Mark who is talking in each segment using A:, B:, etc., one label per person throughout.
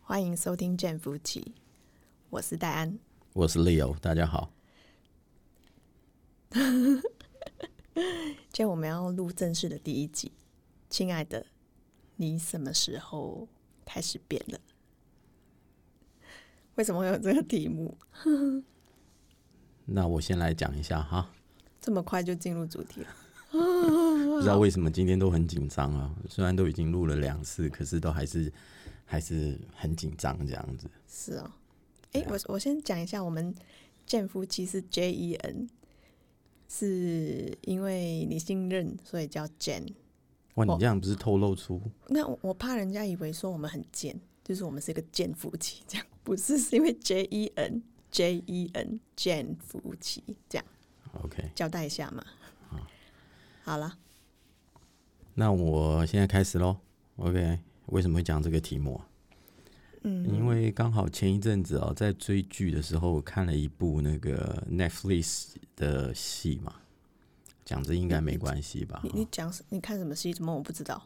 A: 欢迎收听《见夫妻》，我是戴安。
B: 我是 Leo，大家好。
A: 今天我们要录正式的第一集。亲爱的，你什么时候开始变了？为什么会有这个题目？
B: 那我先来讲一下哈，
A: 这么快就进入主题了？
B: 不知道为什么今天都很紧张啊，虽然都已经录了两次，可是都还是还是很紧张这样子。
A: 是哦。哎、我我先讲一下，我们见夫妻是 J E N，是因为你姓任，所以叫 Jen。
B: 哇，你
A: 哦
B: 这样不是透露出
A: 那我我怕人家以为说我们很贱，就是我们是一个贱夫妻，这样不是？是因为 J E N J E N 贱夫妻这样
B: OK？
A: 交代一下嘛。好了，
B: 那我现在开始喽。OK，为什么会讲这个题目、啊？嗯，因为刚好前一阵子哦，在追剧的时候，我看了一部那个 Netflix 的戏嘛，讲这应该没关系吧？
A: 你你讲什你看什么戏？怎么我不知道？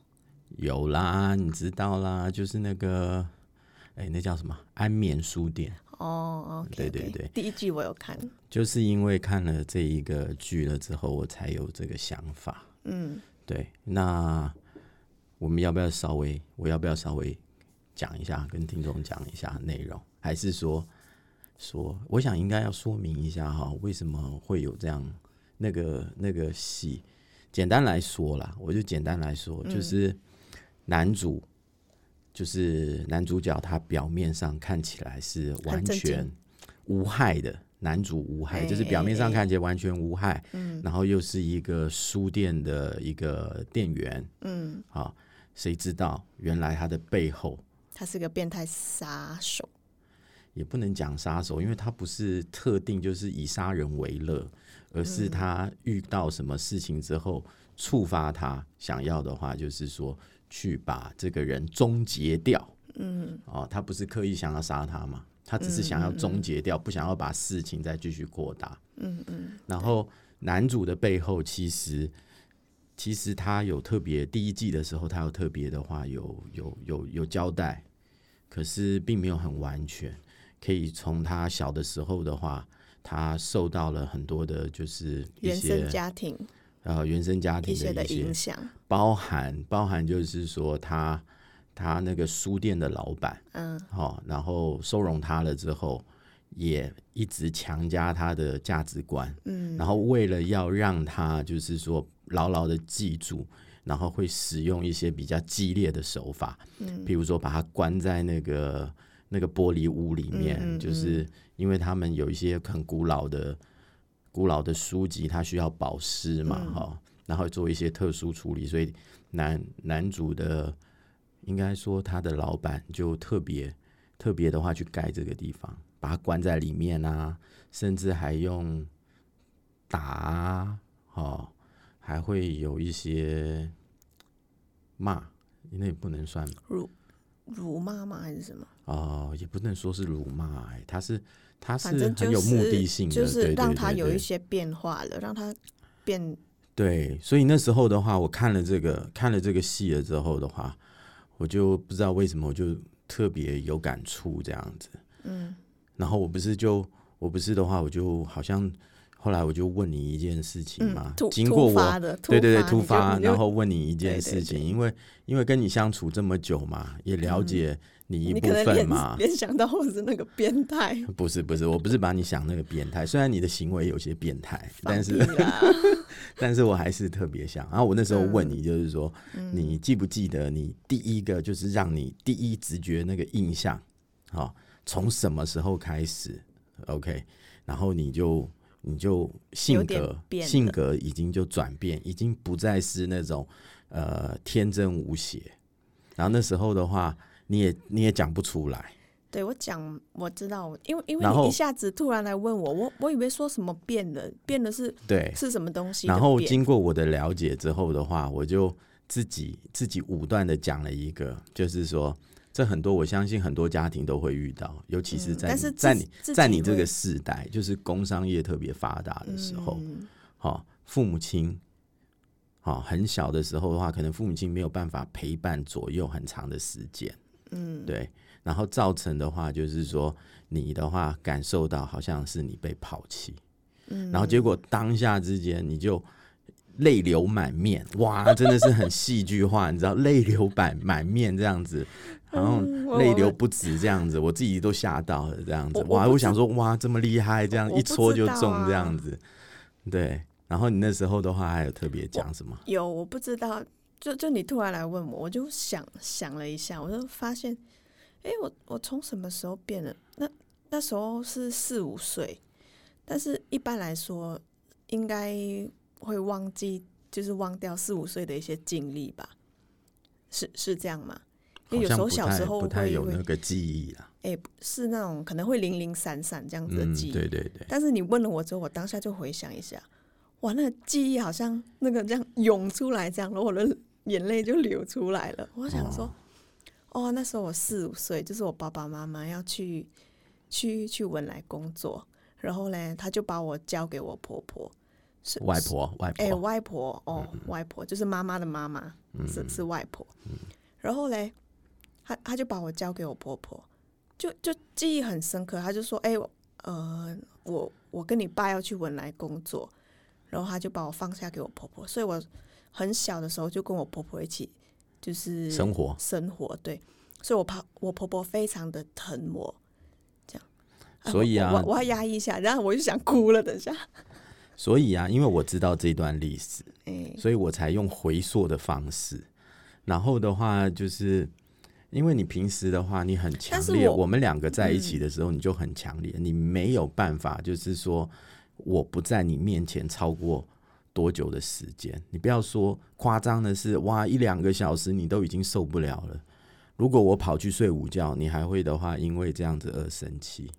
B: 有啦，你知道啦，就是那个，哎、那叫什么？安眠书店。
A: 哦，OK，,
B: 对对对
A: 第一季我有看，
B: 就是因为看了这一个剧了之后，我才有这个想法。
A: 嗯，
B: 对，那我们要不要稍微，我要不要稍微讲一下，跟听众讲一下内容？还是说，说，我想应该要说明一下哈，为什么会有这样那个那个戏？简单来说啦，我就简单来说，就是男主，就是男主角，他表面上看起来是完
A: 很正经
B: 全无害的，男主无害，就是表面
A: 哎哎嗯
B: 上
A: 哎
B: 看起来完全无害，然后又是一个书店的一个店员，嗯，啊，谁知道原来他的背后
A: 他是个变态杀手，
B: 也不能讲杀手，因为他不是特定就是以杀人为乐，而
A: 嗯
B: 是他遇到什么事情之后触发他想要的话，就是说去把这个人终结掉。嗯，哦，他不是刻意想要杀他嘛，他只是想要终结掉，不想要把事情再继续扩大。嗯嗯。然后男主的背后其实。其实他有特别，第一季的时候他有特别的话，有有有有交代，可是并没有很完全。可以从他小的时候的话，他受到了很多的，就是一
A: 原生
B: 些
A: 家庭
B: 呃原生家庭
A: 一些
B: 的
A: 的
B: 一些
A: 影响，
B: 包含，包含就是说他他那个书店的老板，嗯，好、然后收容他了之后，也一直强加他的价值观，嗯，然后为了要让他就是说牢牢的记住。然后会使用一些比较激烈的手法，嗯，譬如说把他关在那个那个玻璃屋里面，就是因为他们有一些很古老的古老的书籍，它需要保湿嘛，哈、然后做一些特殊处理，所以男男主的应该说他的老板就特别特别的话去盖这个地方，把它关在里面啊，甚至还用打啊，哦，还会有一些骂，那也不能算
A: 辱骂吗？还是什么？
B: 哦、也不能说是辱骂、哎，他是他
A: 反
B: 是
A: 正就
B: 很
A: 是
B: 有目的性的，
A: 就是
B: 对
A: 让
B: 对
A: 他
B: 对
A: 有一
B: 对
A: 些变化了，让他变
B: 对，所以那时候的话，我看了这个看了这个戏了之后的话，我就不知道为什么我就特别有感触这样子。嗯，然后我不是就我不是的话，我就好像后来我就问你一件事情嘛，
A: 嗯突
B: 经过
A: 突发
B: 我
A: 的，
B: 对对对
A: 你
B: 突
A: 就
B: 发，
A: 你就
B: 然后问你
A: 对
B: 一件
A: 对
B: 事情，因为因为跟你相处这么久嘛，也了解你一
A: 嗯你
B: 部
A: 可能
B: 分
A: 联
B: 嘛，
A: 联想到我是那个变态，
B: 不是不是，我不是把你想那个变态，虽然你的行为有些变态，但是
A: 放屁 啦
B: 但是我还是特别想。然后我那时
A: 嗯
B: 候问你，就是说，你记不记得你第一个就是让你第一直觉那个印象，啊、从什么时候开始？OK，然后你就你就性
A: 有
B: 格
A: 点变了
B: 性格已经就转变，已经不再是那种呃天真无邪。然后那时候的话，你也你也讲不出来。
A: 对我讲，我知道，因为因为
B: 然
A: 你
B: 后
A: 一下子突然来问我，我我以为说什么变了，变了是
B: 对，
A: 是什么东西的
B: 然后
A: 变
B: 经过我的了解之后的话，我就自己自己武断的讲了一个，就是说，这很多我相信很多家庭都会遇到，尤其是
A: 嗯
B: 在
A: 但
B: 你、
A: 是
B: 在
A: 自
B: 你
A: 自
B: 在
A: 己
B: 你这
A: 会
B: 个世代，就是工商业特别发达的时候，
A: 嗯
B: 好、父母亲，好、很小的时候的话，可能父母亲没有办法陪伴左右很长的时间，嗯，对。然后造成的话，就是说你的话感受到好像是你被抛弃，嗯，然后结果当下之间你就泪流满面，哇，真的是很戏剧化，你知道，泪流满满面这样子，然后
A: 嗯我
B: 泪流
A: 我
B: 不止这样子，我自己都吓到了这样子，
A: 我我
B: 哇，
A: 不
B: 我
A: 知
B: 想说哇这么厉害，这样
A: 我
B: 一
A: 不
B: 戳
A: 知
B: 就
A: 道
B: 中
A: 啊
B: 这样子，对。然后你那时候的话，还有特别讲什么？
A: 有，我不知道，就就你突然来问我，我就想想了一下，我就发现，诶，我我从什么时候变了？那那时候是四五岁，但是一般来说应该会忘记，就是忘掉四五岁的一些经历吧？是是这样吗？因
B: 好
A: 为有时
B: 像
A: 候
B: 不
A: 小时
B: 太
A: 候
B: 不太
A: 会
B: 有
A: 会
B: 那个记忆啦。
A: 诶，是那种可能会零零散散这样子的
B: 嗯，
A: 记忆，
B: 对对对，
A: 但是你问了我之后，我当下就回想一下，哇，那个记忆好像那个这样涌出来，这样，然后我的眼泪就流出来了。我想说，哦那时候我四五岁，就是我爸爸妈妈要去去去文莱工作，然后呢，他就把我交给我婆婆，是
B: 外婆外
A: 哎、
B: 婆，
A: 外婆哦，
B: 嗯
A: 外婆就是妈妈的妈妈，是是外婆。然后嘞，她她就把我交给我婆婆，就就记忆很深刻。她就说：“哎、我呃，我我跟你爸要去文莱工作。”然后她就把我放下给我婆婆，所以我很小的时候就跟我婆婆一起就是
B: 生活
A: 生活，对。所以我怕我婆婆非常的疼我，这样。哎
B: 所以啊
A: 我我我要压抑一下，然后我就想哭了。等一下，
B: 所以啊，因为我知道这段历史，
A: 哎、
B: 所以我才用回溯的方式。然后的话，就是因为你平时的话，你很强
A: 但是
B: 烈，
A: 我嗯
B: 我们两个在一起的时候，你就很强烈，你没有办法，就是说我不在你面前超过。多久的时间？你不要说夸张的是，哇，一两个小时你都已经受不了了。如果我跑去睡午觉，你还会的话，因为这样子而生气。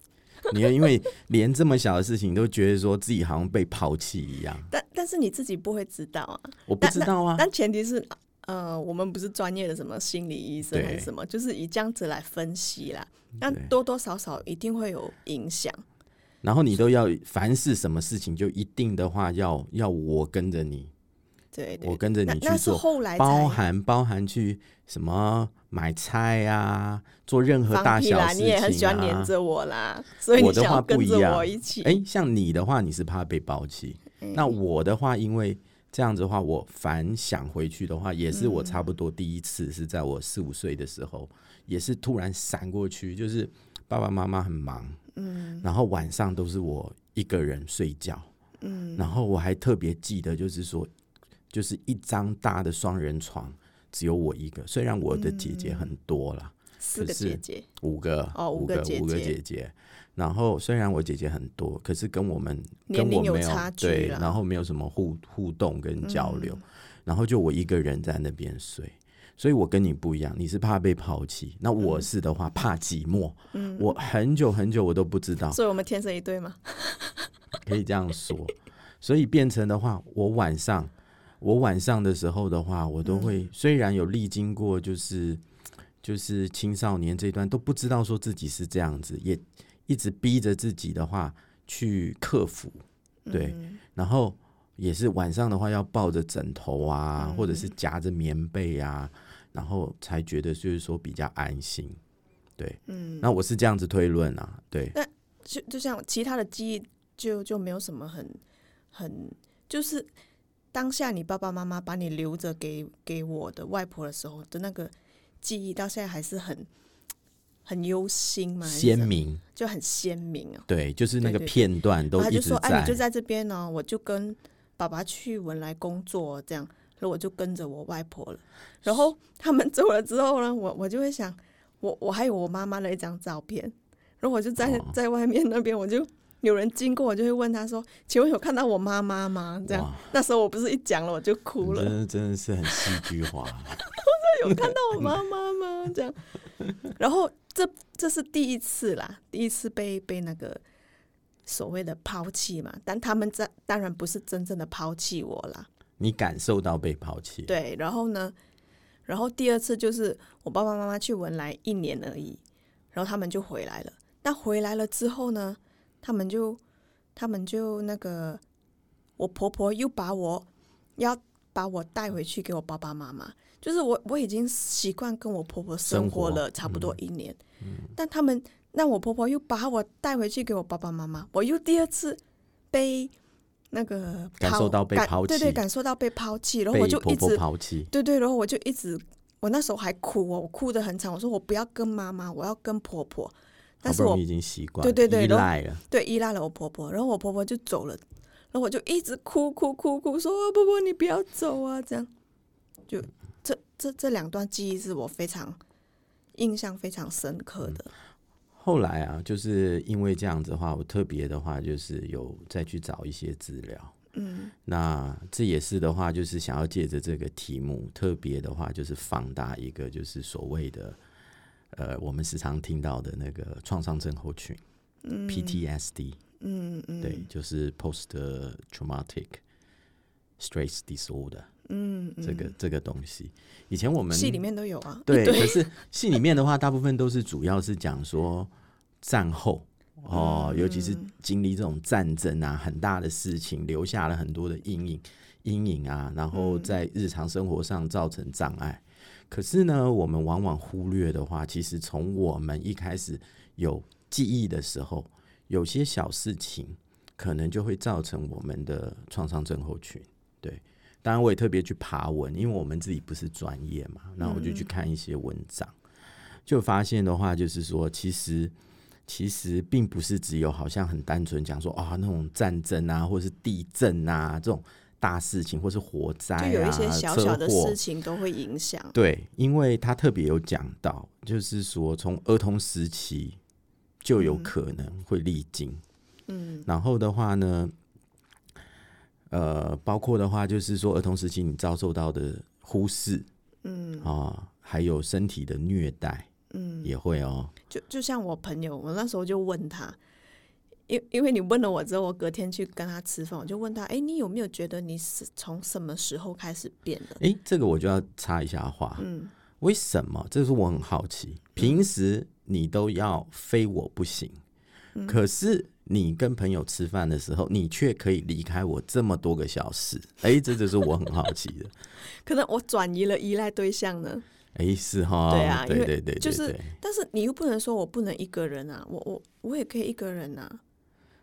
B: 你因为连这么小的事情都觉得说自己好像被抛弃一样，
A: 但但是你自己不会知道啊。
B: 我不知道啊。
A: 但前提是，呃，我们不是专业的什么心理医生
B: 对嗯
A: 还是什么，就是以这样子来分析啦。但
B: 对
A: 多多少少一定会有影响。
B: 然后你都要凡是什么事情就一定的话要要我跟着你，
A: 对
B: 我
A: 对，
B: 跟着
A: 那
B: 你去
A: 那是
B: 做，
A: 后来
B: 包
A: 才
B: 含包含去什么买菜啊，做任何大
A: 放屁
B: 小
A: 啦，
B: 事
A: 你
B: 情
A: 也很喜欢黏
B: 啊。
A: 着我啦，所以你
B: 我的
A: 想
B: 话
A: 要
B: 不
A: 跟
B: 一
A: 着
B: 样
A: 我一起。
B: 哎，像你的话，你是怕被抛弃，
A: 嗯
B: 那我的话，因为这样子的话，我反想回去的话，也是我差不
A: 嗯
B: 多第一次是在我四五岁的时候，也是突然闪过去，就是爸爸妈妈很忙，嗯，然后晚上都是我一个人睡觉，嗯，然后我还特别记得，就是说，就是一张大的双人床，只有我一个，虽然我的姐姐很多啦。
A: 四个
B: 可是
A: 姐姐，
B: 五个，
A: 嗯哦
B: 五
A: 五个姐
B: 五个
A: 姐
B: 姐姐。然后虽然我姐姐很多，可是跟我们
A: 年
B: 跟我
A: 龄有
B: 没有
A: 差距
B: 对，
A: 啦嗯
B: 然后没有什么互互动跟交流，然后就我一个人在那边睡。所以我跟你不一样，你是怕被抛弃，那
A: 嗯
B: 我是的话、怕寂寞。我很久很久我都不知道，
A: 所以我们天生一对嘛。
B: 可以这样说。所以变成的话，我晚上，我晚上的时候的话，我都会、
A: 嗯
B: 虽然有历经过，就是就是青少年这一段都不知道说自己是这样子，也一直逼着自己的话去克服，对，
A: 嗯
B: 然后也是晚上的话要抱着枕头
A: 嗯
B: 啊，或者是夹着棉被啊，然后才觉得就是说比较安心。对，嗯，那我是这样子推论啊，对，
A: 就就像其他的记忆就就没有什么很很就是当下你爸爸妈妈把你留着给给我的外婆的时候的那个记忆，到现在还是很很忧心嘛，还是
B: 鲜
A: 什么，
B: 明，
A: 就很鲜明哦。
B: 对，就是那
A: 对
B: 个
A: 对对
B: 片段都
A: 然后他
B: 一
A: 就
B: 直
A: 说：“哎，
B: 在
A: 你就，在这边呢、我就跟爸爸去文莱工作，这样，然后我就跟着我外婆了。然后他们走了之后呢，我我就会想，我我还有我妈妈的一张照片，然后我就在、
B: 哦
A: 在外面那边，我就有人经过，我就会问他说：‘请问有看到我妈妈吗？’这样
B: 哇，
A: 那时候我不是一讲了我就哭
B: 真
A: 了，
B: 的真的是很戏剧化。
A: 有看到我妈妈吗？这样，然后这这是第一次啦，第一次被被那个所谓的抛弃嘛，但他们在当然不是真正的抛弃我啦，
B: 你感受到被抛弃，，
A: 对，然后呢，然后第二次就是我爸爸妈妈去文莱一年而已，然后他们就回来了，那回来了之后呢，他们就他们就那个我婆婆又把我要把我带回去给我爸爸妈妈，就是我我已经习惯跟我婆婆生活了差不多
B: 嗯
A: 一年，但他们那我婆婆又把我带回去给我爸爸妈妈，我又第二次被那个
B: 感受
A: 抛
B: 到被
A: 感
B: 抛
A: 对对，
B: 弃
A: 感受到被抛弃，然后我
B: 被
A: 就
B: 婆
A: 一
B: 婆
A: 直
B: 抛弃，
A: 对对，然后我就一直，我那时候还哭哦，我哭得很惨，我说我不要跟妈妈，我要跟婆婆，
B: 好
A: 但
B: 不
A: 是我
B: 容易已经习惯，
A: 对对对
B: 依
A: 然后
B: 赖了，
A: 对，依赖了我婆婆，然后我婆婆就走了，然后我就一直哭哭哭哭，说、啊、婆婆你不要走啊，这样，就这这这两段记忆是我非常印象非常深
B: 嗯
A: 刻的，
B: 后来啊，就是因为这样子的话，我特别的话就是有再去找一些资料。嗯，那这也是的话，就是想要借着这个题目，特别的话就是放大一个就是所谓的，呃，我们时常听到的那个创伤症候群、p t s d
A: 嗯嗯，
B: 对，就是 post traumatic stress disorder，
A: 嗯，嗯
B: 这个、这个东西，以前我们
A: 戏里面都有啊，
B: 对，可是戏里面的话，大部分都是主要是讲说战后哦，尤其是经历这种战争啊，很大的事情，留下了很多的阴影、阴影啊，然后在日常生活上造成障碍。可是呢，我们往往忽略的话，其实从我们一开始有记忆的时候，有些小事情可能就会造成我们的创伤症候群。对，当然我也特别去爬文，因为我们自己不是专业嘛，那我就去看一些文章，就发现的话就是说，其实其实并不是只有好像很单纯讲说啊、那种战争啊，或者是地震啊这种大事情，或是火灾啊、
A: 就有一些小小的
B: 车祸
A: 事情都会影响，
B: 对，因为他特别有讲到，就是说从儿童时期就有可能会历经，嗯，然后的话呢，呃，包括的话就是说儿童时期你遭受到的忽视，嗯啊、还有身体的虐待，嗯，也会哦，
A: 就就像我朋友，我那时候就问他，因因为你问了我之后，我隔天去跟他吃饭，我就问他，哎，你有没有觉得你是从什么时候开始变的？
B: 诶，这个我就要插一下话，嗯，为什么？这是我很好
A: 嗯
B: 奇。平时你都要非我不行，
A: 嗯
B: 可是你跟朋友吃饭的时候，你却可以离开我这么多个小时，诶，这就是我很好奇的。
A: 可能我转移了依赖对象呢。
B: 诶，是哈，
A: 对啊
B: 对
A: 因为
B: 对对对
A: 就是
B: 对
A: 但是你又不能说我不能一个人啊，我我我也可以一个人啊。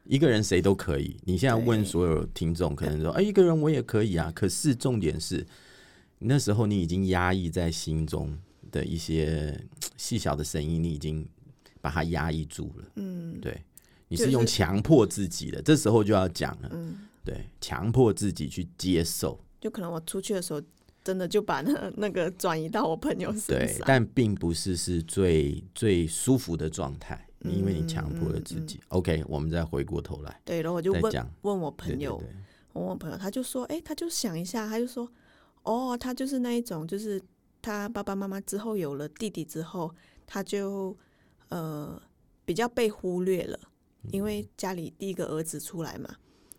B: 一个人谁都可以。你现在问
A: 对
B: 所有听众，可能说，哎、一个人我也可以啊。可是重点是，那时候你已经压抑在心中的一些嘖细小的声音，你已经把它压抑住了。嗯，对，你
A: 就是是
B: 用强迫自己的，这时候就要讲了。
A: 嗯，
B: 对，强迫自己去接受，
A: 就可能我出去的时候，真的就把那那个转移到我朋友身
B: 对，
A: 上。
B: 但并不是是最最舒服的状态，
A: 嗯
B: 因为你强迫了自己。OK，我们再回过头来
A: 对，然嗯后我就
B: 再
A: 问
B: 讲。
A: 问我
B: 对
A: 朋
B: 对
A: 友，
B: 对，
A: 我问我朋友，他就说，哎，他就想一下，他就说，哦，他就是那一种，就是他爸爸妈妈之后有了弟弟之后，他就呃比较被忽略了，
B: 嗯
A: 因为家里第一个儿子出来嘛，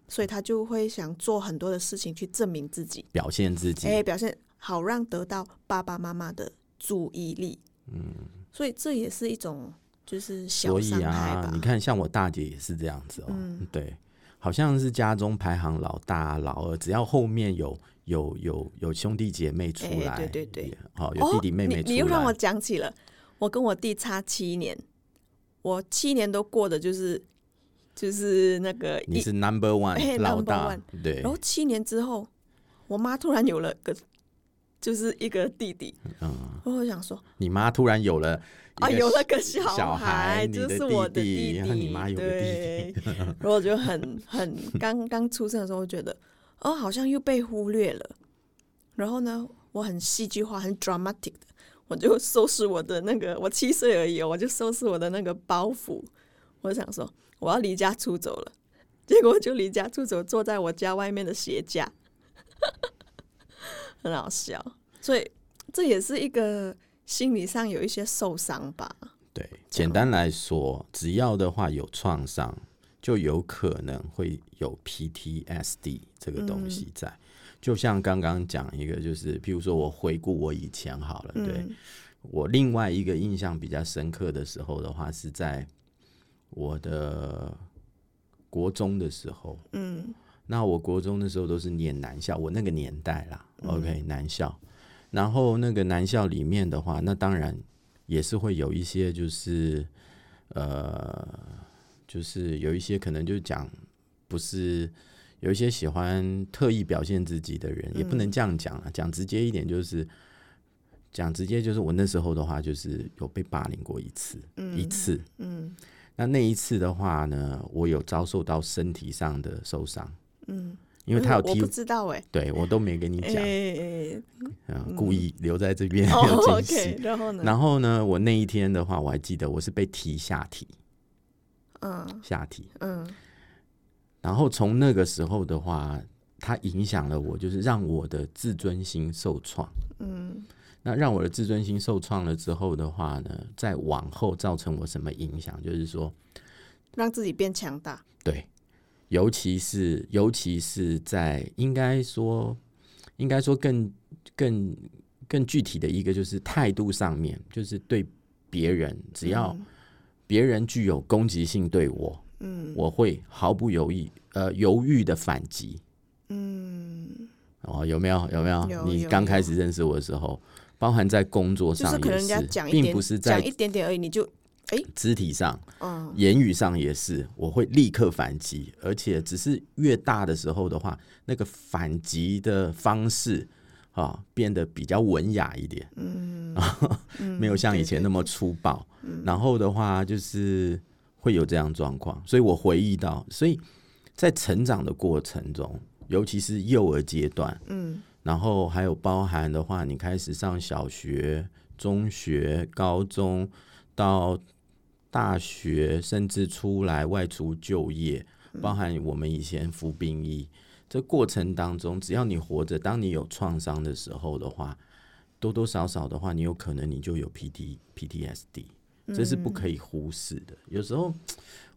A: 所以他就会想做很多的事情去证明自己。
B: 表现自己。
A: 哎、表现好，让得到爸爸妈妈的注意力。嗯，所以这也是一种就是小
B: 所以
A: 伤害
B: 啊
A: 吧。，嗯
B: 你看，像我大姐也是这样子哦，对，好像是家中排行老大、老二，只要后面有有有有兄弟姐妹出来，
A: 哎对对对
B: 也，好、有弟弟妹妹
A: 哦、
B: 出来，
A: 你你又让我讲起了，我跟我弟差七年，我七年都过的就是就是那个
B: 你
A: 一，
B: 是 number one、
A: 哎
B: 老
A: number
B: 大，对
A: 然，后七年之后，我妈突然有了个就是一个弟弟，
B: 嗯，
A: 然后我想说
B: 你妈突然有了一
A: 啊，有了个
B: 小
A: 小
B: 孩，
A: 孩，
B: 你
A: 就
B: 的
A: 是我的
B: 弟
A: 弟
B: 然后你妈有个弟弟，
A: 对，然后我就很很刚刚出生的时候，我觉得哦，好像又被忽略了。然后呢，我很戏剧化，很 dramatic 的，我就收拾我的那个，我七岁而已哦，我就收拾我的那个包袱。我想说，我要离家出走了，结果就离家出走，坐在我家外面的鞋架， 很好笑。所以这也是一个心理上有一些受伤吧。
B: 对，简单来说，只要的话有创伤，就有可能会有 PTSD 这个东
A: 嗯
B: 西在。就像刚刚讲一个，就是譬如说我回顾我以前好了，对、
A: 嗯
B: 我另外一个印象比较深刻的时候的话，是在我的国中的时候，嗯，那我国中的时候都是念男校，我那个年代啦、o k 男校。然后那个男校里面的话，那当然也是会有一些就是呃，就是有一些可能就讲不是。有一些喜欢特意表现自己的人，也
A: 嗯
B: 不能这样讲了。讲直接一点，就是讲直接，就是我那时候的话，就是有被霸凌过一次，一次。
A: 嗯
B: 那那一次的话呢，我有遭受到身体上的受伤，
A: 嗯，
B: 因为他有
A: 我
B: 踢
A: 不，知道哎，
B: 对我都没跟你 讲，
A: 哎，
B: 啊，故意留在 这边
A: 哦
B: 要惊
A: ，OK，嗯
B: 喜。
A: 然后呢？
B: 然后呢，我那一天的话，我还记得我是被踢下体，
A: 嗯
B: 下体。
A: 嗯
B: 然后从那个时候的话，它影响了我，就是让我的自尊心受创。
A: 嗯
B: 那让我的自尊心受创了之后的话呢，在往后造成我什么影响？就是说，
A: 让自己变强大。
B: 对，尤其是尤其是在应该说，应该说更更更具体的一个就是态度上面，就是对别人，只要别人具有攻击性对我，
A: 嗯
B: 我会毫不犹豫呃犹豫的反击。
A: 嗯，
B: 哦，有没有？有没有？
A: 有
B: 你
A: 有
B: 刚
A: 有
B: 开始认识我的时候，包含在工作
A: 就是
B: 上
A: 可能
B: 也
A: 人
B: 是，
A: 家讲一
B: 并不
A: 点
B: 是
A: 讲
B: 在
A: 一点点而已，你就
B: 肢体上、
A: 嗯
B: 言语上也是，我会立刻反击，而且只是越大的时候的话，那个反击的方式啊、变得比较文雅一点，
A: 嗯，
B: 没有像以
A: 对
B: 前
A: 对
B: 那么粗暴。然后的话，就是会有这样状况，所以我回忆到，所以在成长的过程中，尤其是幼儿阶段，
A: 嗯
B: 然后还有包含的话，你开始上小学、中学、高中，到大学，甚至出来外出就业，
A: 嗯
B: 包含我们以前服兵役，这过程当中，只要你活着，当你有创伤的时候的话，多多少少的话，你有可能你就有 P T P T S D，这是不可以忽视的。有时候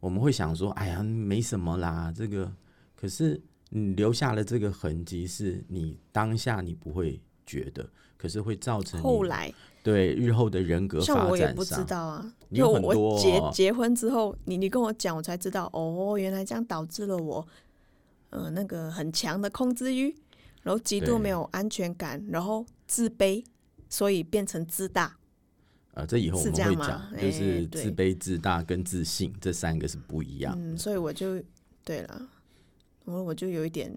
B: 我们会想说，哎呀，没什么啦，这个，可是你留下了这个痕迹，是你当下你不会觉得，可是会造成你
A: 后来
B: 对日后的人格
A: 像
B: 发
A: 我也
B: 展
A: 不知
B: 上，
A: 道啊，
B: 你
A: 因
B: 有
A: 为
B: 很
A: 我
B: 多
A: 我结
B: 哦
A: 结婚之后，你你跟我讲，我才知道哦，原来这样导致了我，呃，那个很强的控制欲，然后极度
B: 对
A: 没有安全感，然后自卑，所以变成自大。
B: 呃，这以后我
A: 是
B: 们
A: 这样
B: 会
A: 吗
B: 讲，
A: 哎
B: 就是
A: 对
B: 自卑、自大跟自信这三个是不一样。
A: 嗯，所以我就对了，我我就有一点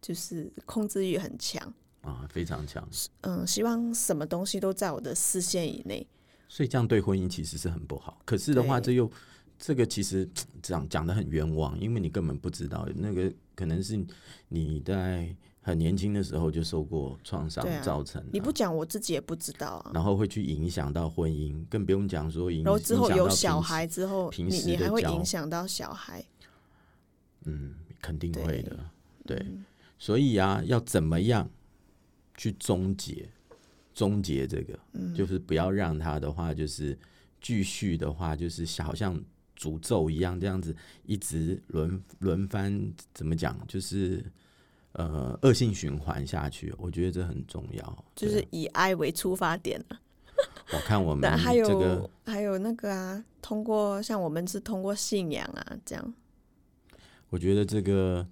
A: 就是控制欲很强，
B: 啊，非常强，
A: 嗯，希望什么东西都在我的视线以内。
B: 所以这样对婚姻其实是很不好。可是的话，
A: 对
B: 这又这个其实讲讲的很冤枉，因为你根本不知道那个可能是你在很年轻的时候就受过创伤
A: 对啊
B: 造成的，
A: 你不讲，我自己也不知道啊。
B: 然后会去影响到婚姻，更不用讲说影
A: 然后之后
B: 影响
A: 有小
B: 到平时
A: 孩之后，你
B: 平时
A: 你
B: 的
A: 还会
B: 交
A: 影响到小孩。
B: 嗯，肯定
A: 对嗯
B: 会的，对。所以啊，要怎么样去终结？终结这个，
A: 嗯
B: 就是不要让他的话，就是继续的话，就是好像诅咒一样，这样子一直轮轮番，怎么讲？就是呃，恶性循环下去。我觉得这很重要。
A: 就
B: 对啊
A: 是以爱为出发点啊。
B: 我看我们
A: 但还有、
B: 这个
A: 还有那个啊，通过像我们是通过信仰啊，这样
B: 我觉得这个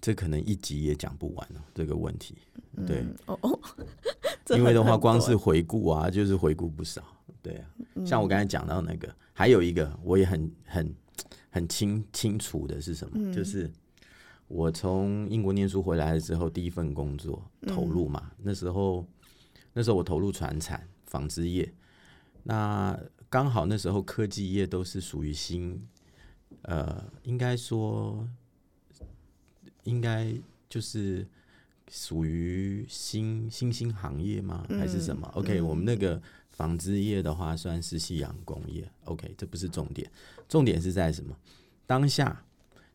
B: 这可能一集也讲不完哦，这个问题。对，
A: 嗯哦哦， 这
B: 因为的
A: 很
B: 话，
A: 很
B: 光
A: 多
B: 是回顾啊，就是回顾不少。对啊，像我刚才讲到那个，还有一个我也很很很清清楚的是什么，
A: 嗯
B: 就是我从英国念书回来了之后，第一份工作
A: 嗯
B: 投入嘛，那时候那时候我投入船产纺织业，那刚好那时候科技业都是属于新，呃，应该说应该就是属于新新兴行业吗？还是什么、o k 我们那个纺织业的话，算是夕阳工业。OK，这不是重点，重点是在什么？当下，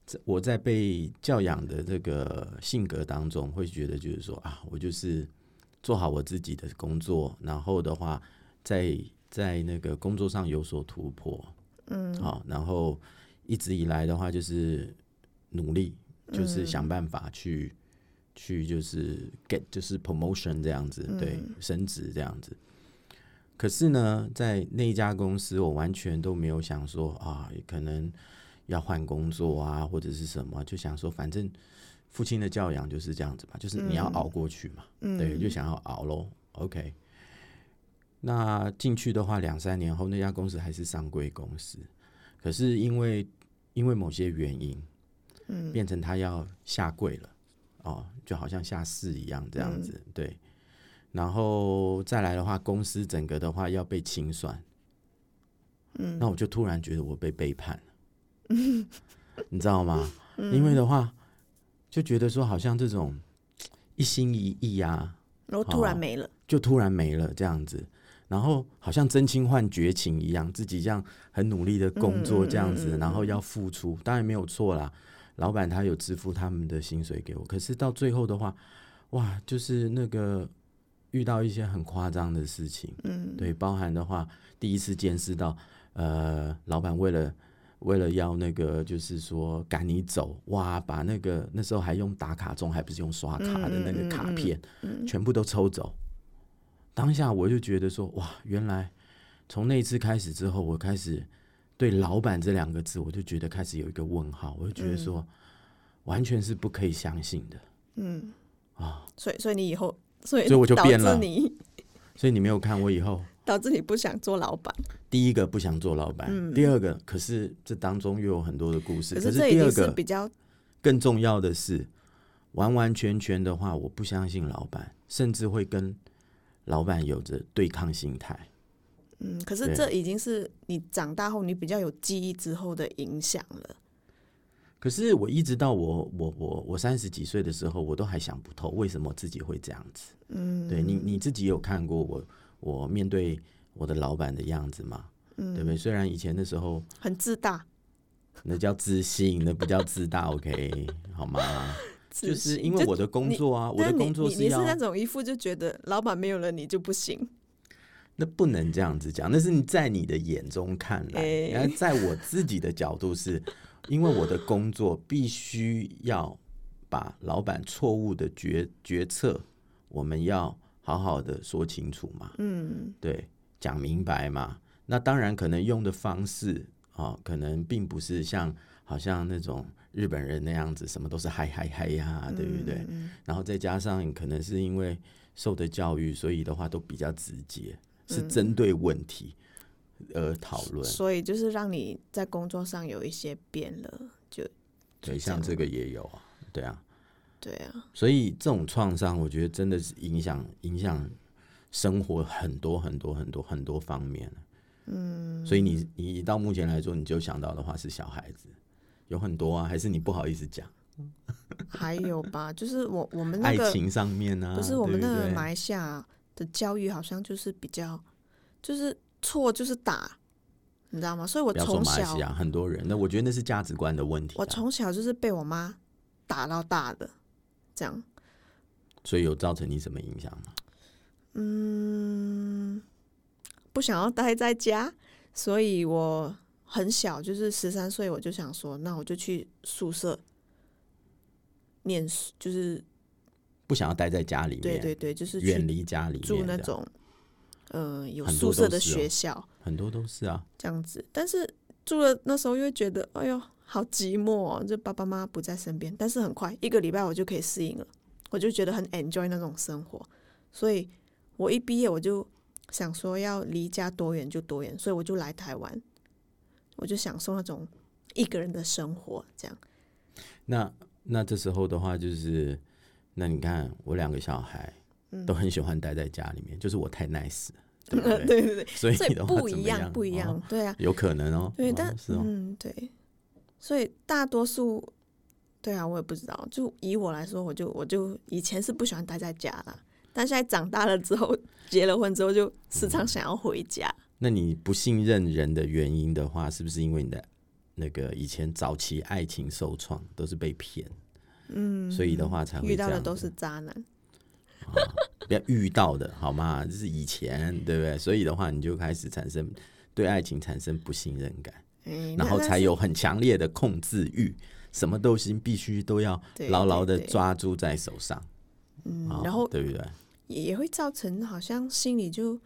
B: 这我在被教养的这个性格当中，会觉得就是说啊，我就是做好我自己的工作，然后的话，在在那个工作上有所突破，嗯，好、然后一直以来的话就是努力，
A: 嗯
B: 就是想办法去、去就是 get 就是 promotion 这样子，对，升职这样子。可是呢，在那一家公司，我完全都没有想说啊，可能要换工作啊，或者是什么，就想说反
A: 嗯
B: 正父亲的教养就是这样子嘛，就是你要熬过去嘛，对，就想要熬咯， OK，那进去的话，两三年后那家公司还是上柜公司，可是因为因为某些原因，嗯，变成他要下跪了，哦，就好像下市一样这样子，对。然后再来的话，公司整个的话要被清算，嗯，那我就突然觉得我被背叛了， 你知道吗？因为的话，就觉得说好像这种一心一意啊，
A: 然后突然没了，
B: 就突然没了这样子，然后好像真情换绝情一样，自己这样很努力的工作这样子，然后要付出，当然没有错啦，老板他有支付他们的薪水给我，可是到最后的话，哇，就是那个。遇到一些很夸张的事情，嗯，对，包含的话，第一次见识到，呃，老板为了为了要那个，就是说赶你走，哇，把那个那时候还用打卡中，还不是用刷卡的那个卡片，
A: 嗯
B: 全部都抽走。当下我就觉得说，哇，原来从那一次开始之后，我开始对“老板”这两个字，我就觉得开始有一个问号，我就觉得说，完全是不可以相信的。
A: 嗯，啊，所以所以你以后。所以，
B: 所以我就变了
A: 导致你，
B: 所以你没有看我以后，
A: 导致你不想做老板。
B: 第一个不想做老板，第二个可是这当中又有很多的故事。可
A: 嗯是这
B: 第
A: 已
B: 二
A: 经是
B: 个
A: 比较
B: 更重要的是，完完全全的话，我不相信老板，甚至会跟老板有着对抗心态。
A: 嗯，可是
B: 对
A: 这已经是你长大后你比较有记忆之后的影响了。
B: 可是我一直到我我我我三十几岁的时候，我都还想不透为什么自己会这样子。嗯，对你你自己有看过我我面对我的老板的样子吗？嗯，对不对？虽然以前的时候。
A: 很自大，
B: 那叫自信，那不叫自大，OK，好吗？
A: 自
B: 就是
A: 信
B: 因为我的工作啊，我
A: 但
B: 的
A: 是你
B: 工作
A: 你你是
B: 要
A: 那种一副就觉得老板没有了你就不行，
B: 那不能这样子讲，那是你在你的眼中看来，
A: 哎
B: 然后在我自己的角度是，因为我的工作必须要把老板错误的决决策，我们要好好的说清楚嘛，
A: 嗯
B: 对，讲明白嘛。那当然可能用的方式啊、哦可能并不是像好像那种日本人那样子，什么都是嗨嗨嗨呀、
A: 嗯
B: 对不对？然后再加上可能是因为受的教育，所以的话都比较直接，是
A: 嗯
B: 针对问题而讨论。
A: 所以就是让你在工作上有一些变了，就
B: 对，像这个也有啊，对啊。
A: 对啊，
B: 所以这种创伤，我觉得真的是影响影响生活很多很多很多很多方面。嗯，所以你你到目前来说，你就想到的话是小孩子，有很多啊，还是你不好意思讲？
A: 还有吧，就是我我们那
B: 爱
A: 个
B: 情上面呢、啊？
A: 不是我们那
B: 对
A: 个
B: 不对
A: 马来西亚的教育好像就是比较，就是错就是打，你知道吗？所以我
B: 不要说
A: 从
B: 马来
A: 小
B: 西亚很多人，那我觉得那是价值观的问题、
A: 我
B: 啊，
A: 从小就是被我妈打到大的，这样。
B: 所以有造成你什么影响吗？
A: 嗯，不想要待在家，所以我很小，就是十三岁，我就想说，那我就去宿舍念书，就是
B: 不想要待在家里面，
A: 对对对，就是
B: 远
A: 去
B: 离家里面，
A: 住那
B: 这样
A: 种呃有
B: 很多
A: 宿舍
B: 都
A: 的
B: 是哦
A: 学校。
B: 很多都是啊，
A: 这样子。但是住了那时候又会觉得，哎呦，好寂寞、哦，就爸爸妈妈不在身边。但是很快一个礼拜我就可以适应了，我就觉得很 enjoy 那种生活。所以我一毕业我就想说要离家多远就多远，所以我就来台湾，我就享受那种一个人的生活，这样。
B: 那那这时候的话，就是那你看我两个小孩
A: 嗯
B: 都很喜欢待在家里面，就是我太 nice，了 对不对？
A: 对对对，
B: 所以
A: 所
B: 你
A: 以
B: 的话
A: 不
B: 怎
A: 一
B: 么
A: 样，不一样，
B: 哦
A: 对啊。
B: 有可能哦。
A: 对，
B: 哦
A: 但、
B: 是哦，
A: 嗯，对，所以大多数，对啊，我也不知道。就以我来说，我就我就以前是不喜欢待在家啦，但现在长大了之后，结了婚之后，就时常想要回家。
B: 那你不信任人的原因的话，是不是因为你的那个以前早期爱情受创都是被骗？嗯，所以的话才会
A: 遇到
B: 这
A: 的
B: 样
A: 都
B: 子
A: 是渣男，
B: 不要遇到的好吗？这是以前对不对？所以的话，你就开始产生对爱情产生不信任感。
A: 哎，
B: 然
A: 那
B: 后
A: 那
B: 才
A: 是
B: 有很强烈的控制欲，什么东西必须都要
A: 对
B: 牢牢
A: 对
B: 的
A: 对
B: 抓住在手上，
A: 嗯
B: 啊，
A: 然后
B: 对不对？
A: 也也会造成好像心里就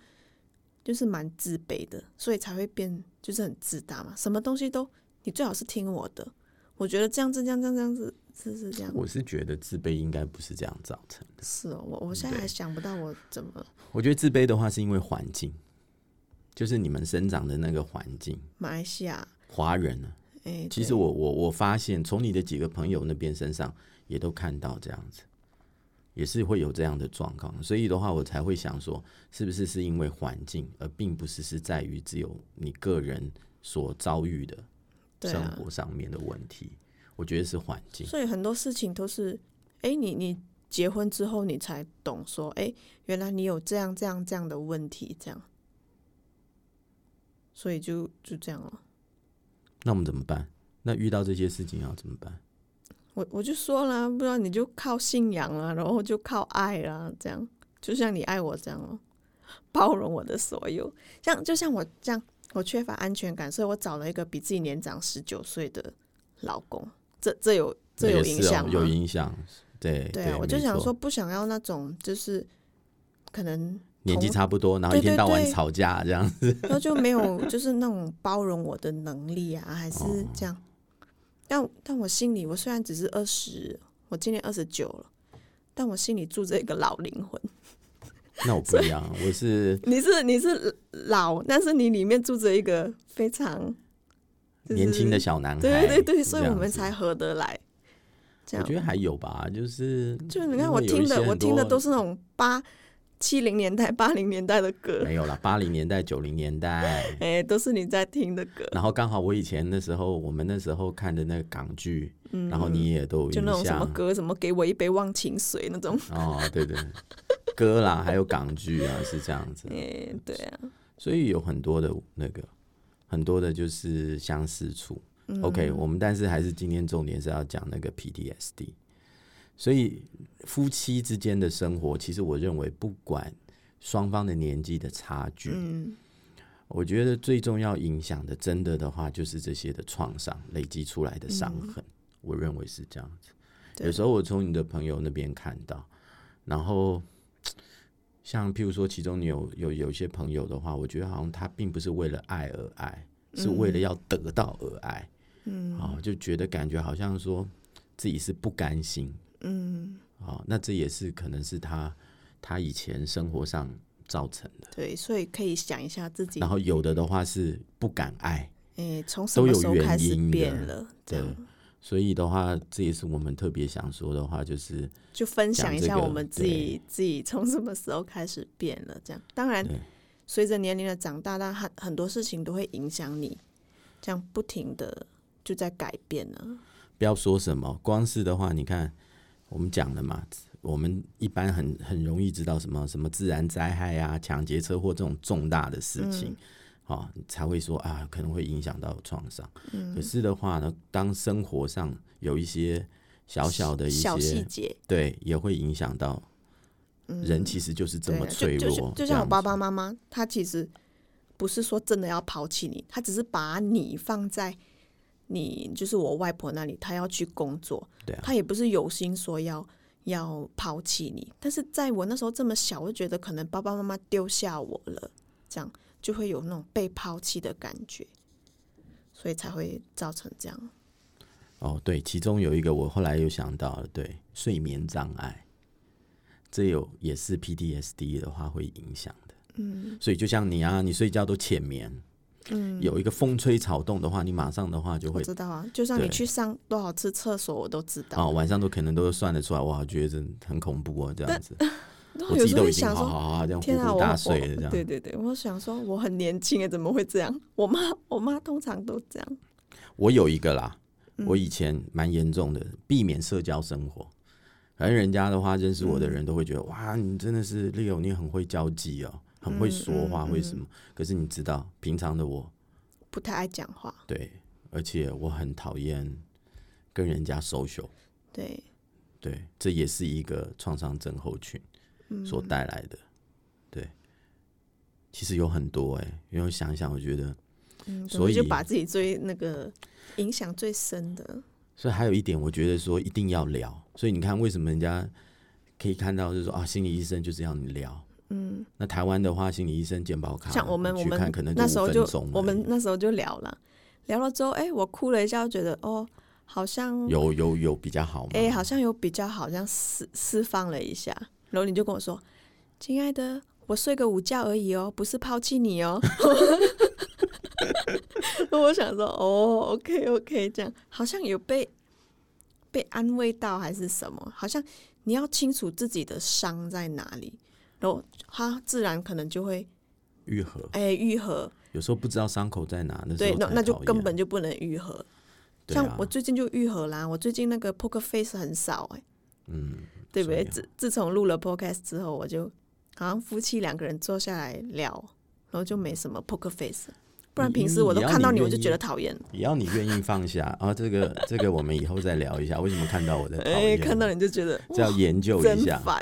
A: 就是蛮自卑的，所以才会变就是很自大嘛，什么东西都你最好是听我的，我觉得这样子这样这样这样子是是这样，
B: 我是觉得自卑应该不是这样造成的。
A: 是哦，我我现在还想不到我怎么
B: 我觉得自卑的话是因为环境，就是你们生长的那个环境，
A: 马来西亚，
B: 华人啊呢、
A: 哎、
B: 其实
A: 对
B: 我我我发现，从你的几个朋友那边身上也都看到这样子，也是会有这样的状况。所以的话，我才会想说，是不是是因为环境，而并不是是在于只有你个人所遭遇的
A: 对
B: 生
A: 啊，
B: 活上面的问题。我觉得是环境，
A: 所以很多事情都是，哎，你你结婚之后你才懂说，哎，原来你有这样这样这样的问题，这样，所以就就这样了。
B: 那我们怎么办？那遇到这些事情要怎么办？
A: 我我就说了，不然你就靠信仰啊，然后就靠爱啦，这样，就像你爱我这样哦，包容我的所有，像就像我这样，我缺乏安全感，所以我找了一个比自己年长十九岁的老公，这这有这
B: 也
A: 有
B: 是
A: 影响
B: 哦
A: 吗？
B: 有影响，对
A: 对啊，我就
B: 没
A: 想
B: 错
A: 说，不想要那种就是可能
B: 年纪
A: 同
B: 差不多，然后一
A: 对
B: 天
A: 对
B: 到晚
A: 对
B: 吵架这样 子，
A: 然后就没有就是那种包容我的能力啊，还是这样。但但我心里，我虽然只是二十，我今年二十九了，但我心里住着一个老灵魂。
B: 那我不一样，啊我是
A: 你是你是老，但是你里面住着一个非常就是
B: 年轻的小男孩，
A: 对对对，所以
B: 这
A: 我
B: 样
A: 们
B: 子
A: 才合得来。这
B: 我
A: 样
B: 觉得还有吧，就是
A: 就你看
B: 因
A: 我
B: 为有一
A: 听的
B: 些
A: 我
B: 很
A: 听的
B: 多
A: 都 是那种八七零年代八零年代的歌，，
B: 没有啦，八零年代、九零年代
A: 哎、都是你在听的歌。
B: 然后刚好我以前那时候，我们那时候看的那个港剧，然后你也都有
A: 嗯就那种
B: 印
A: 什么
B: 象啊
A: 歌，什么给我一杯忘情水那种。
B: 哦，对对，歌啦，还有港剧啊，是这样 子，
A: 哎，对啊，
B: 所以有很多的那个很多的就是相似处。OK，我们但是还是今天重点是要讲那个 PTSD。所以夫妻之间的生活，其实我认为不管双方的年纪的差距，
A: 嗯，
B: 我觉得最重要影响的，真的的话，就是这些的创伤累积出来的伤痕。我认为是这样子。
A: 对
B: 有时候我从你的朋友那边看到，然后像譬如说，其中你有有有一些朋友的话，我觉得好像他并不是为了爱而爱，是为了要得到而爱。嗯，啊、就觉得感觉好像说自己是不甘心。
A: 嗯，
B: 啊、那这也是可能是他他以前生活上造成的。
A: 对，所以可以想一下自己
B: 然，后有的的话是不敢爱。
A: 哎，从什
B: 都
A: 么
B: 有
A: 时候
B: 原
A: 开始
B: 因的
A: 变了？这
B: 对
A: 样，
B: 所以的话，这也是我们特别想说的话，就是
A: 就分
B: 讲
A: 享一
B: 这
A: 下
B: 个
A: 我们自己自己从什么时候开始变了。这样，当然
B: 对，
A: 随着年龄的长大，但很很多事情都会影响你，这样不停的就在改变啊了。
B: 不要说什么，光是的话，你看我们讲了嘛，我们一般很很容易知道什么什么自然灾害啊、抢劫、车祸这种重大的事
A: 嗯
B: 情，哦，才会说啊，可能会影响到创伤。
A: 嗯
B: 可是的话呢，当生活上有一些小小的一
A: 小细
B: 些，
A: 节，嗯
B: 对，也会影响到。人其实就是这
A: 对
B: 么
A: 啊
B: 脆
A: 就
B: 弱，
A: 就就
B: 这
A: 像我
B: 样
A: 爸
B: 子
A: 爸妈妈，他其实不是说真的要抛弃你，他只是把你放在你就是我外婆那里，他要去工作，
B: 对啊
A: 他也不是有心说要要抛弃你，但是在我那时候这么小，我就觉得可能爸爸妈妈丢下我了，这样就会有那种被抛弃的感觉，所以才会造成这样。
B: 哦，对，其中有一个我后来又想到了，对，睡眠障碍，这有也是 PTSD 的话会影响的。嗯，所以就像你啊，你睡觉都浅眠，嗯，有一个风吹草动的话，你马上的话就
A: 我
B: 会
A: 知道啊，就算你
B: 对
A: 去上多少次厕所，我都知
B: 啊、
A: 道。
B: 晚上都可能都算得出来，哇，觉得真的很恐怖哦，这样子，
A: 然后
B: 我
A: 有
B: 自己
A: 时候
B: 都已
A: 会
B: 经哦
A: 想
B: 好
A: 说，
B: 好好这样
A: 天啊，
B: 呼
A: 我
B: 呼大
A: 我
B: 睡了这样，
A: 对对对，我想说我很年轻哎，怎么会这样？我妈我妈通常都这样。
B: 我有一个啦，我以前蛮严重的，避免社交生活。反正人家的话，认识我的人都会觉得，哇，你真的是 Leo，你很会交际哦，很会说话，会什么？可是你知道，平常的我，
A: 不太爱讲话，
B: 对，而且我很讨厌跟人家 social，
A: 对，
B: 对，这也是一个创伤症候群所带来的。对，其实有很多哎、因为我想一想，我觉得
A: 嗯，
B: 所以
A: 就把自己最那个影响最深的，
B: 所以还有一点，我觉得说一定要聊。所以你看，为什么人家可以看到，就是说啊，心理医生就是要你聊。嗯，那台湾的话，心理医生健保卡，
A: 像我们
B: 你
A: 我
B: 去看
A: 们
B: 可能
A: 那时候
B: 五
A: 就
B: 分钟而已，
A: 我们那时候就聊了，聊了之后，哎，我哭了一下，觉得哦，好像
B: 有有有比较好吗？
A: 哎、好像有比较好像释释放了一下，然后你就跟我说：“亲爱的，我睡个午觉而已哦，不是抛弃你哦。” 我想说，哦，OK OK，这样好像有被被安慰到还是什么？好像你要清楚自己的伤在哪里，然后它自然可能就会
B: 愈合
A: 哎、愈合。
B: 有时候不知道伤口在哪，那时候
A: 对，那
B: 才
A: 那就
B: 讨厌
A: 根本就不能愈合。
B: 对
A: 像
B: 啊
A: 我，最近就愈合啦，我最近那个 poker face 很少哎、
B: 嗯，
A: 对不对？
B: 所以啊
A: 自自从录了 podcast 之后，我就好像夫妻两个人坐下来聊，然后就没什么 poker face，不然
B: 嗯你
A: 平
B: 你
A: 时我都
B: 你要
A: 看到
B: 你
A: 你我
B: 愿
A: 就
B: 意
A: 觉得讨厌。
B: 也要你愿意放下啊。这个这个我们以后再聊一下，为什么看到我在 讨
A: 哎，
B: 厌？
A: 看到你就觉得
B: 这要研究
A: 真
B: 一下。
A: 烦。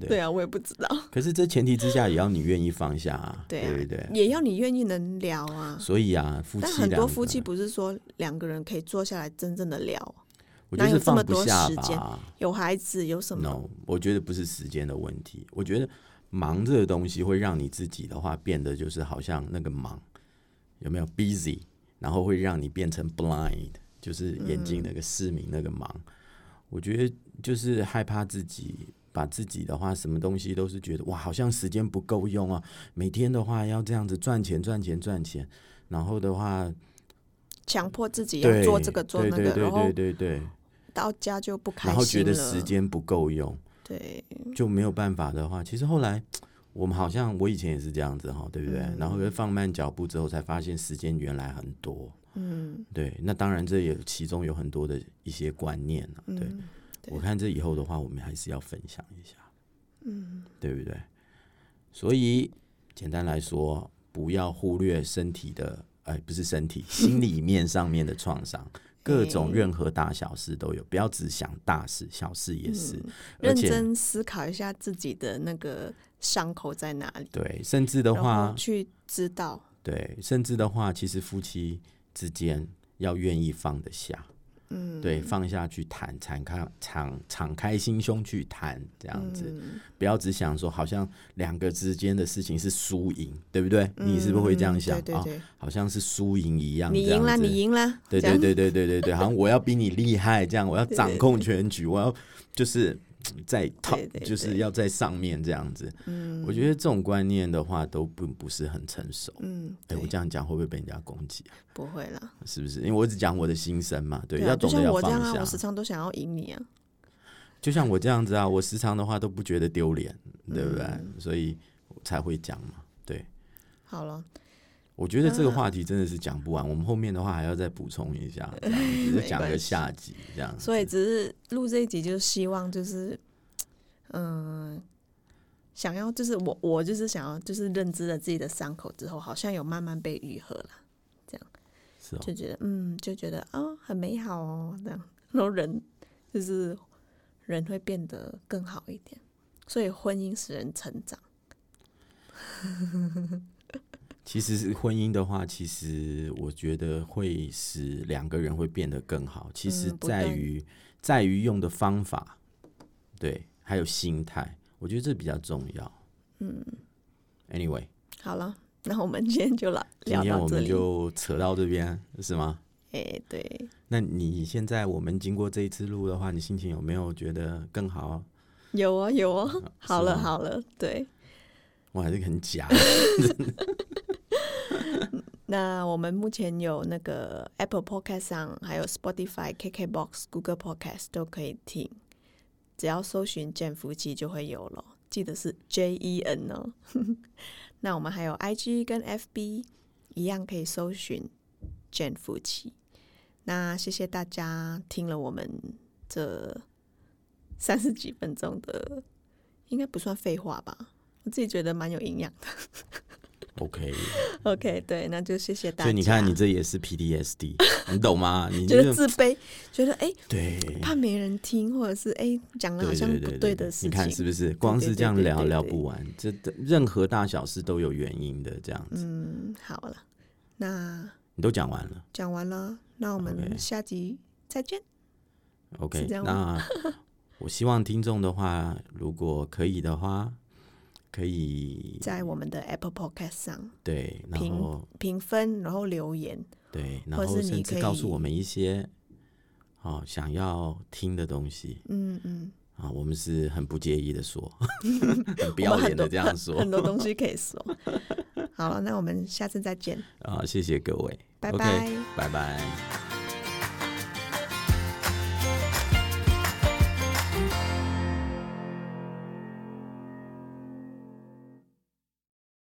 B: 对
A: 对啊，我也不知道。
B: 可是这前提之下，也要你愿意放下啊，
A: 对啊，
B: 不 对？
A: 也要你愿意能聊啊。
B: 所以啊，夫
A: 但
B: 妻
A: 很
B: 两
A: 多
B: 个
A: 夫妻，不是说两个人可以坐下来真正的聊，
B: 我觉
A: 哪
B: 得是
A: 有这
B: 放
A: 么
B: 不
A: 多
B: 下
A: 时间
B: 吧。
A: 有孩子有什么？
B: No，我觉得不是时间的问题，我觉得忙这个东西会让你自己的话变得就是好像那个忙有没有 busy，然后会让你变成 blind，就是眼睛那个失明那个盲。我觉得就是害怕自己把自己的话什么东西都是觉得哇，好像时间不够用啊，每天的话要这样子赚钱赚钱赚钱，然后的话
A: 强迫自己要
B: 对
A: 做这个做那
B: 对
A: 个，
B: 对
A: 然后
B: 对对对对，
A: 到家就不开
B: 然后觉
A: 心
B: 得
A: 了。
B: 时间不够用。
A: 对，
B: 就没有办法的话，其实后来我们好像我以前也是这样子哈，对不对？
A: 嗯
B: 然后就放慢脚步之后，才发现时间原来很多。嗯，对。那当然，这也其中有很多的一些观念啊。对，
A: 嗯对
B: 我看这以后的话，我们还是要分享一下。嗯，对不对？所以简单来说，不要忽略身体的，哎，不是身体，心里面上面的创伤。 各种任何大小事都有，不要只想大事，小事也是。
A: 嗯
B: 而
A: 认
B: 且
A: 真思考一下自己的那个伤口在哪里，
B: 对，甚至的
A: 然后
B: 话，
A: 去知道，
B: 对，甚至的话，其实夫妻之间要愿意放得下，嗯，对，放下去谈，敞开敞敞开心胸去谈，这样子，
A: 嗯
B: 不要只想说好像两个之间的事情是输赢，对不对？你是不是会这样
A: 嗯
B: 想啊、
A: 对对对，
B: 好像是输赢一样，
A: 你
B: 这
A: 赢了，
B: 样子
A: 你赢了，
B: 对
A: 这
B: 对
A: 样
B: 对对对对对，好像我要比你厉害，这样我要掌控全局，我要就是嗯在 top，
A: 对对
B: 就是要在上面这样子。嗯，我觉得这种观念的话都并不是很成熟。
A: 嗯，
B: 哎、
A: 对
B: 我，这样讲会不会被人家攻击啊、
A: 不会啦。
B: 是不是？因为我只讲我的心声嘛，对，
A: 啊，
B: 要
A: 就
B: 懂得
A: 像
B: 要
A: 我这
B: 放
A: 样啊，
B: 下
A: 我。时常都想要赢你啊，
B: 就像我这样子啊，我时常的话都不觉得丢脸，对不对？
A: 嗯
B: 所以才会讲嘛。对，
A: 好了，
B: 我觉得
A: 嗯
B: 这个话题真的是讲不完，我们后面的话还要再补充一下，这样子就讲
A: 没
B: 个
A: 关系
B: 下集这样子。
A: 所以只是录这一集，就是希望就是，嗯、想要就是我我就是想要就是认知了自己的伤口之后，好像有慢慢被愈合了，
B: 是哦，
A: 就觉得嗯，就觉得啊、很美好哦，这样，然后人就是人会变得更好一点，所以婚姻使人成长，
B: 其实是婚姻的话，其实我觉得会使两个人会变得更好。其实
A: 嗯不
B: 在
A: 断
B: 于、在于用的方法，对，还有心态，我觉得这比较重要。嗯，Anyway，
A: 好了，那我们今天就聊
B: 今
A: 聊
B: 天
A: 到
B: 我
A: 这
B: 们
A: 里，
B: 就扯到这边是吗？
A: 哎、对，
B: 那你现在我们经过这一次路的话，你心情有没有觉得更好？
A: 有哦有哦，好了
B: 吗
A: 好了，对。
B: 我还是很假。
A: 那我们目前有那个 Apple Podcast 上，还有 Spotify、KKBox、Google Podcast 都可以听，只要搜寻“健夫妻”就会有了。记得是 J E N 哦。 那我们还有 IG 跟 FB 一样可以搜寻“健夫妻”。那谢谢大家听了我们这三十几分钟的，应该不算废话吧？我自己觉得蛮有营养的。
B: OK，
A: OK，对，那就谢 谢大家。
B: 所以你看，你这也 是 PTSD，你懂吗？你
A: 觉
B: 这
A: 得
B: 个
A: 自卑，觉得哎、
B: 对。
A: 怕没人听，或者是哎讲了好像不对的事
B: 你看是
A: 情。
B: 不是？光是这样
A: 对对
B: 聊
A: 对
B: 聊不完，这这任何大小事都有原因的。这样子，
A: 嗯，好了，那
B: 你都讲完了
A: 讲完了，那我们
B: OK
A: 下集再见。
B: ，OK？
A: 是这样
B: 那 我希望听众的话，如果可以的话，可以
A: 在我们的 Apple Podcast 上
B: 对，然
A: 评
B: 后
A: 评分，然后留言
B: 对，然
A: 或
B: 后
A: 是你
B: 甚
A: 可
B: 至
A: 以
B: 告诉我们一些哦，想要听的东西
A: 嗯嗯，
B: 啊，我们是很不介意的说， 很不要脸的这样说
A: 很多东西可以说。 好了，那我们下次再见，
B: 啊，谢谢各位
A: 拜
B: o
A: 拜
B: k 拜拜。